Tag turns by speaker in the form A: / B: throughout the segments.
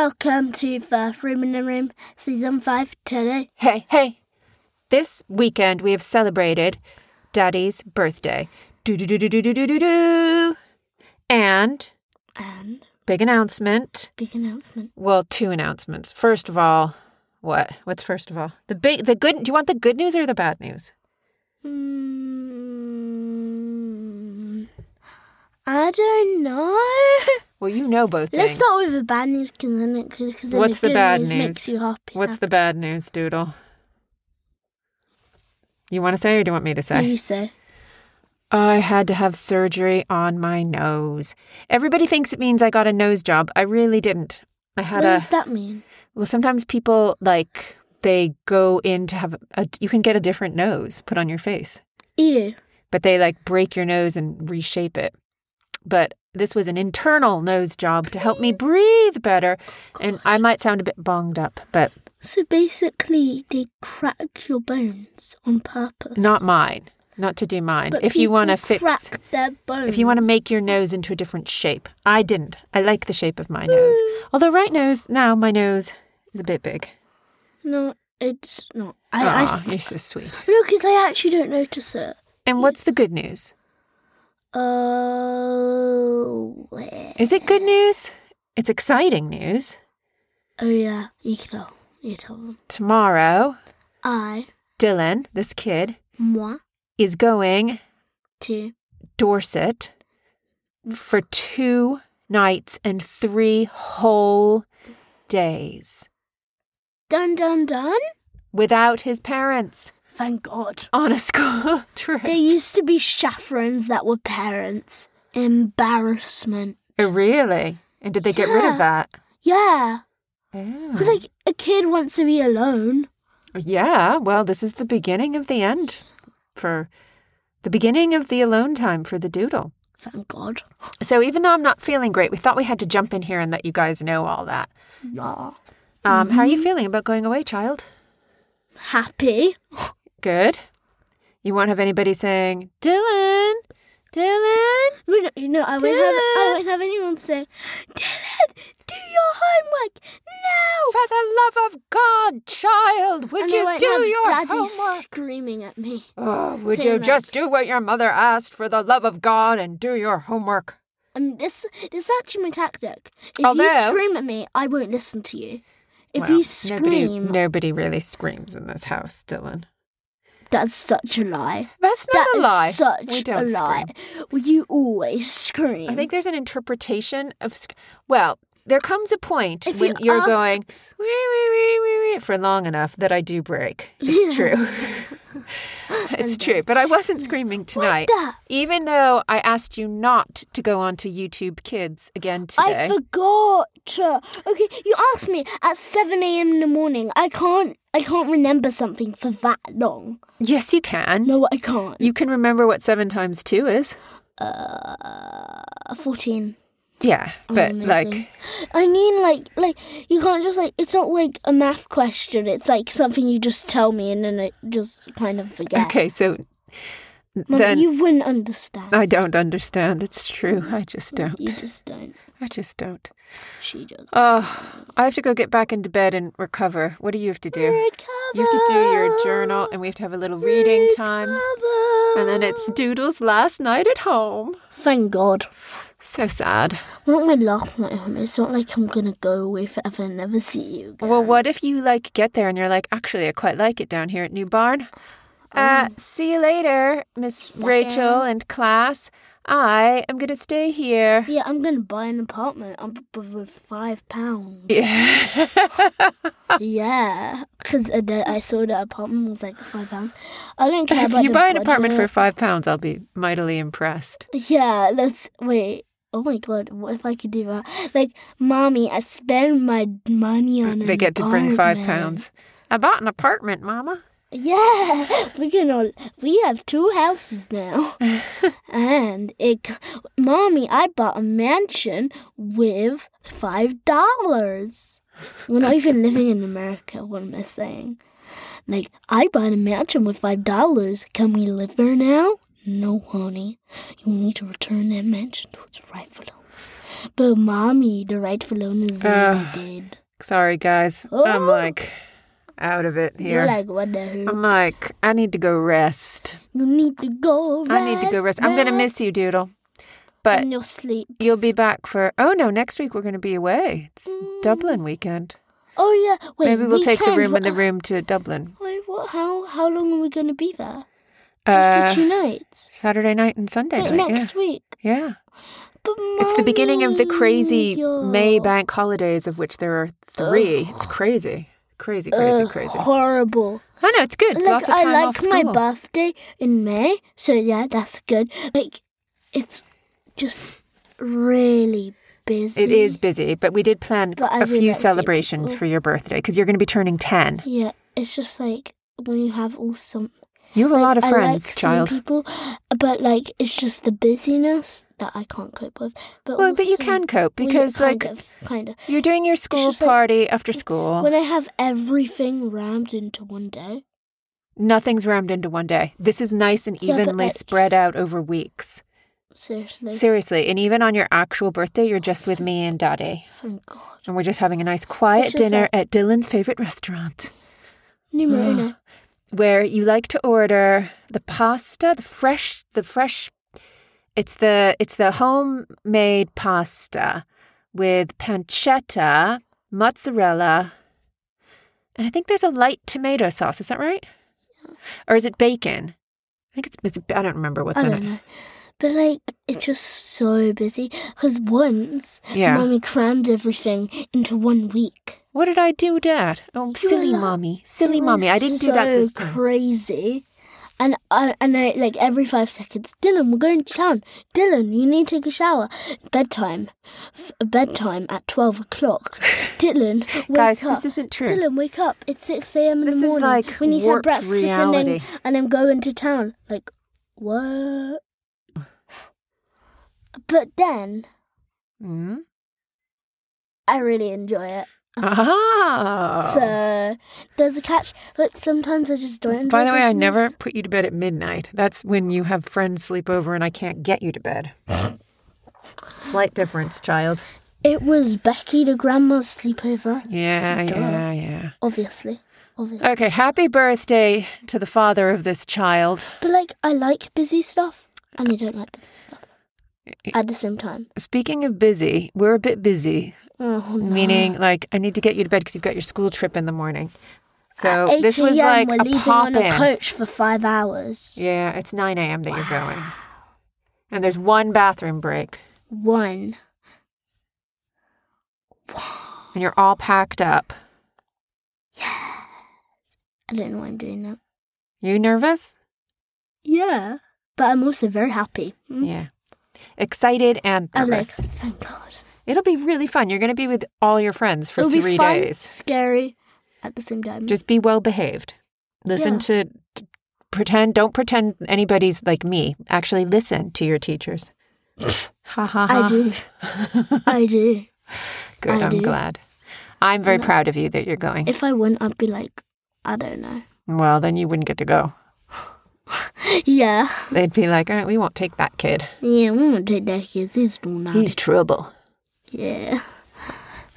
A: Welcome to the Room in the Room Season 5 today.
B: Hey, hey. This weekend we have celebrated Daddy's birthday. Do do do do do do do do do. And
A: And
B: big announcement.
A: big announcement.
B: Well, two announcements. First of all, what? What's first of all? The big the good do you want the good news or the bad news?
A: Mm, I don't know.
B: Well, you know both
A: Let's
B: things.
A: start with the bad news because then, it, cause then
B: What's
A: the,
B: the
A: good
B: bad
A: news,
B: news?
A: makes you happy.
B: What's the bad news, Doodle? You want to say or do you want me to say?
A: you say?
B: I had to have surgery on my nose. Everybody thinks it means I got a nose job. I really didn't. I
A: What
B: had a
A: does that mean?
B: Well, sometimes people like they go in to have a you can get a different nose put on your face,
A: Ew.
B: but they like break your nose and reshape it. But this was an internal nose job to help me breathe better.
A: Oh,
B: And I might sound a bit bonged up, but
A: So basically, they crack your bones on purpose.
B: not mine. Not to do mine.
A: But
B: if you want to
A: people
B: fix
A: crack their bones.
B: If you want to make your nose into a different shape. I didn't. I like the shape of my nose. Although right nose now my nose is a bit big.
A: No, it's not. I, I
B: Aw,
A: st-
B: you're so sweet.
A: no, because I actually don't notice it.
B: And what's the good news?
A: Oh,
B: Is it good news? It's exciting news.
A: oh yeah, you can tell. You tell them.
B: Tomorrow,
A: I,
B: Dylan, this kid,
A: moi,
B: is going
A: tu,
B: Dorset for two nights and three whole days
A: dun dun dun.
B: without his parents
A: Thank God.
B: on a school
A: There
B: trip.
A: used to be chaperones that were parents. Embarrassment.
B: Oh, really? And did they get rid
A: Yeah.
B: of that?
A: Yeah,
B: Oh.
A: because like a kid wants to be alone.
B: Yeah, well, this is the beginning of the end for the beginning of the alone time for the doodle.
A: Thank God.
B: So even though I'm not feeling great, we thought we had to jump in here and let you guys know all that.
A: Yeah.
B: Um, How are
A: Mm-hmm.
B: you feeling about going away, child?
A: Happy.
B: Good. You won't have anybody saying, Dylan, Dylan.
A: We don't, you know, I won't have I won't have anyone say, Dylan, do your homework now.
B: For the love of God, child, would
A: Oh. And I
B: you
A: won't
B: do
A: have
B: your
A: daddy
B: homework?
A: screaming at me.
B: Oh, would
A: saying
B: you
A: that.
B: just do what your mother asked for the love of God and do your homework?
A: And this this is actually my tactic. If
B: Although-
A: you scream at me, I won't listen to you. If
B: Oh, Well,
A: you
B: nobody,
A: scream,
B: nobody really screams in this house, Dylan.
A: that's such a lie.
B: That's not
A: That
B: a
A: is
B: lie.
A: such
B: we don't
A: a lie.
B: Scream.
A: Well, you always scream.
B: I think there's an interpretation of. Sc- well, there comes a point
A: If
B: when
A: you
B: are going
A: ask-
B: wee, wee, wee, wee, wee, for long enough that I do break. It's true. it's true. But I wasn't screaming tonight.
A: the-
B: Even though I asked you not to go onto YouTube Kids again today.
A: I forgot. Okay, you asked me at seven a.m. in the morning. I can't. I can't remember something for that long.
B: yes, you can.
A: No, I can't.
B: You can remember what seven times two is.
A: Uh, Fourteen.
B: Yeah, but
A: Amazing.
B: like,
A: I mean, like, like you can't just like. It's not like a math question. It's like something you just tell me, and then I just kind of forget.
B: okay, so
A: Mum,
B: then
A: you wouldn't understand.
B: I don't understand. It's true. I just
A: you
B: don't.
A: just don't.
B: I just don't.
A: She does.
B: Oh, I have to go get back into bed and recover. What do you have to do? You have to do your journal, and we have to have a little reading time. And then it's Doodle's last night at home.
A: Thank God.
B: So sad.
A: Not my last night home. It's not like I'm gonna go away forever and never see you. Again.
B: Well, what if you like get there and you're like, actually, I quite like it down here at New Barn.
A: Oh.
B: Uh, see you later, Miss Rachel and class. I am gonna stay here.
A: Yeah, I'm gonna buy an apartment. I'm with five pounds.
B: Yeah.
A: Yeah, because I saw that apartment was like five pounds. I don't care
B: if
A: about
B: you
A: the
B: buy an apartment for
A: budget.
B: five pounds, I'll be mightily impressed.
A: Yeah, let's wait. Oh my god, what if I could do that? Like, mommy, I spend my money on an
B: They get to bring five
A: apartment.
B: pounds. I bought an apartment, Mama.
A: Yeah, we can all. We have two houses now, and it. c- Mommy, I bought a mansion with five dollars. We're not even living in America. What am I saying? Like, I bought a mansion with five dollars. Can we live there now? No, honey. You need to return that mansion to its rightful owner. But mommy, the rightful owner, is
B: Ugh.
A: did.
B: Sorry, guys. I'm
A: Oh.
B: like out of it
A: You're
B: here. Um,
A: like, what the hell?
B: I'm like, I need to go rest.
A: You need to go rest.
B: I need to go rest. I'm going to miss you, Doodle. But
A: in your sleep.
B: you'll be back for. Oh, no, next week we're going to be away. It's Dublin weekend.
A: Oh yeah. Wait.
B: Maybe we'll
A: we
B: take the
A: can-
B: room in the room to Dublin.
A: Wait. What? How? How long are we gonna be there?
B: Uh,
A: Just for two nights.
B: Saturday night and Sunday
A: Wait,
B: night.
A: next week.
B: Yeah. yeah.
A: But
B: It's the beginning of the
A: mommy,
B: crazy May
A: you're-
B: bank holidays, of which there are three. It's crazy. Crazy, crazy,
A: Ugh,
B: crazy.
A: Horrible.
B: I know, it's good.
A: Like
B: Lots of
A: I
B: time
A: like
B: off school.
A: my birthday in May, so yeah, that's good. Like it's just really busy.
B: It is busy, but we did plan
A: But I really
B: a few
A: like seeing
B: celebrations
A: people.
B: for your birthday because you're going to be turning 10.
A: Yeah, it's just like when you have all some
B: You have a lot of
A: I
B: friends,
A: like seeing
B: child.
A: people, but like it's just the busyness that I can't cope with. But
B: Well, but you
A: also-
B: can cope
A: well, yeah,
B: because,
A: kind
B: like,
A: of, kind of.
B: you're doing your school
A: just like-
B: party after school.
A: When I have everything rammed into one day,
B: Nothing's rammed into one day. This is nice and
A: Yeah, but,
B: evenly
A: like-
B: spread out over weeks.
A: seriously,
B: Seriously, and even on your actual birthday, you're just with me and daddy.
A: thank God.
B: And we're just having a nice quiet
A: It's just
B: dinner
A: like-
B: at Dylan's favorite restaurant.
A: Numero uno.
B: where you like to order the pasta, the fresh, the fresh. It's the it's the homemade pasta with pancetta, mozzarella, and I think there's a light tomato sauce. Is that right? Or is it bacon? I think it's. it's I don't remember what's
A: I
B: in
A: don't
B: it.
A: know. But like, it's just so busy. Because once,
B: Yeah.
A: mommy crammed everything into one week.
B: What did I do, Dad? Oh, silly
A: allowed-
B: mommy, silly
A: It was
B: mommy. I didn't do that
A: so
B: this time.
A: crazy. And I, and I like every five seconds, Dylan, we're going to town. Dylan, you need to take a shower. Bedtime, F- bedtime at twelve o'clock. Dylan, wake
B: Guys,
A: up.
B: this isn't true.
A: Dylan, wake up. It's six a.m. in
B: This is
A: the morning.
B: like
A: we need to have
B: warped
A: breakfast and then
B: reality.
A: and I'm going to town. Like what? But then
B: Mm?
A: I really enjoy it.
B: Ah.
A: So there's a catch, but sometimes I just don't. Enjoy
B: By the way, I
A: Christmas.
B: never put you to bed at midnight. That's when you have friends sleep over and I can't get you to bed. Uh-huh. Slight difference, child.
A: It was Becky the grandma's sleepover,
B: Yeah, yeah, yeah.
A: obviously. Obviously.
B: Okay, happy birthday to the father of this child.
A: But like I like busy stuff and I don't like busy stuff. At the same time.
B: Speaking of busy, we're a bit busy,
A: Oh no.
B: meaning like I need to get you to bed because you've got your school trip in the morning. So
A: At 8
B: this was
A: a.m.,
B: like
A: we're
B: a
A: leaving
B: pop
A: on a
B: in.
A: coach for five hours.
B: Yeah, it's 9 a.m. that you're going. And there's one bathroom break,
A: One.
B: and you're all packed up.
A: I don't know why I'm doing that.
B: You nervous?
A: Yeah. But I'm also very happy. Mm.
B: Yeah. Excited and
A: I'm like,
B: nervous.
A: thank God.
B: It'll be really fun. You're going to be with all your friends for
A: It'll
B: three
A: be fun,
B: days.
A: scary at the same time.
B: Just be well behaved. Listen
A: Yeah.
B: to, to pretend. Don't pretend anybody's like me. Actually, listen to your teachers. ha ha ha.
A: I do. I do.
B: Good.
A: I
B: I'm
A: do.
B: glad. I'm very proud of you that you're going.
A: If I wouldn't, I'd be like, I don't know.
B: well, then you wouldn't get to go.
A: Yeah.
B: They'd be like, all right, we won't take that kid.
A: Yeah, we won't take that kid. He's too nice.
B: trouble.
A: Yeah.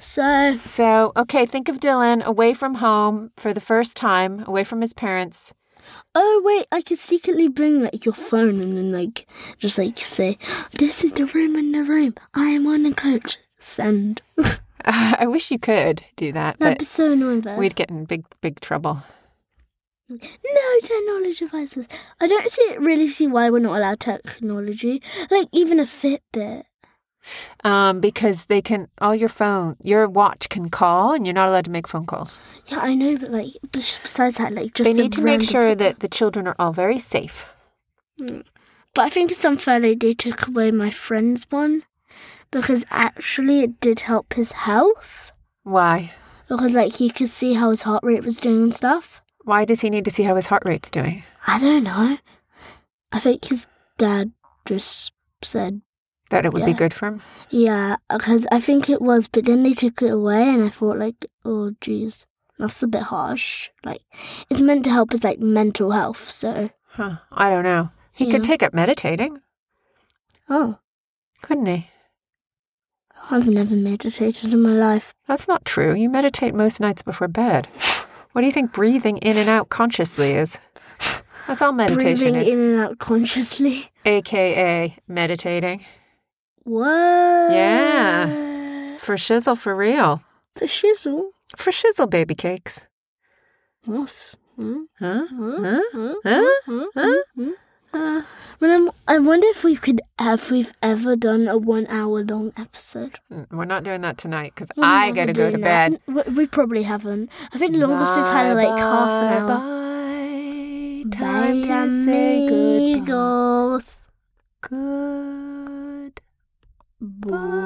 A: So
B: So, okay, think of Dylan away from home for the first time, away from his parents.
A: oh wait, I could secretly bring like your phone and then like just like say, This is the room in the room. I am on the couch. Send.
B: I wish you could do that.
A: That'd
B: But
A: be so annoying though.
B: We'd get in big, big trouble.
A: No technology devices. I don't see really see why we're not allowed technology. Like even a Fitbit.
B: Um, because they can, all your phone, your watch can call and you're not allowed to make phone calls.
A: Yeah, I know, but like bes- besides that, like just
B: They
A: a
B: need to make
A: random
B: sure
A: Fitbit.
B: that the children are all very safe.
A: Mm. But I think it's unfair that they took away my friend's one because actually it did help his health
B: Why?
A: because like he could see how his heart rate was doing and stuff.
B: Why does he need to see how his heart rate's doing?
A: I don't know. I think his dad just said,
B: That it would be
A: Yeah.
B: good for him?
A: yeah, because I think it was, but then they took it away and I thought like, oh geez, that's a bit harsh. Like it's meant to help his like mental health, so
B: Huh. I don't know. He could
A: Yeah.
B: take up meditating,
A: oh,
B: couldn't he?
A: I've never meditated in my life.
B: That's not true. You meditate most nights before bed. What do you think breathing in and out consciously is? That's all meditation
A: Breathing
B: is.
A: in and out consciously.
B: AKA meditating.
A: What?
B: Yeah. For shizzle, for real.
A: The shizzle.
B: For shizzle, baby cakes.
A: What? Hmm?
B: Huh?
A: Hmm?
B: Huh?
A: Hmm?
B: Huh?
A: Hmm?
B: Huh?
A: Hmm?
B: Uh,
A: But I'm, I wonder if we could, if we've ever done a one hour long episode.
B: we're not doing that tonight because
A: We're
B: I
A: never
B: gotta go to
A: doing that.
B: bed.
A: We, we probably haven't. I think the longest we've had like half an hour.
B: Bye.
A: Bye,
B: Time to say goodbye.
A: amigos.
B: Good.
A: Bye.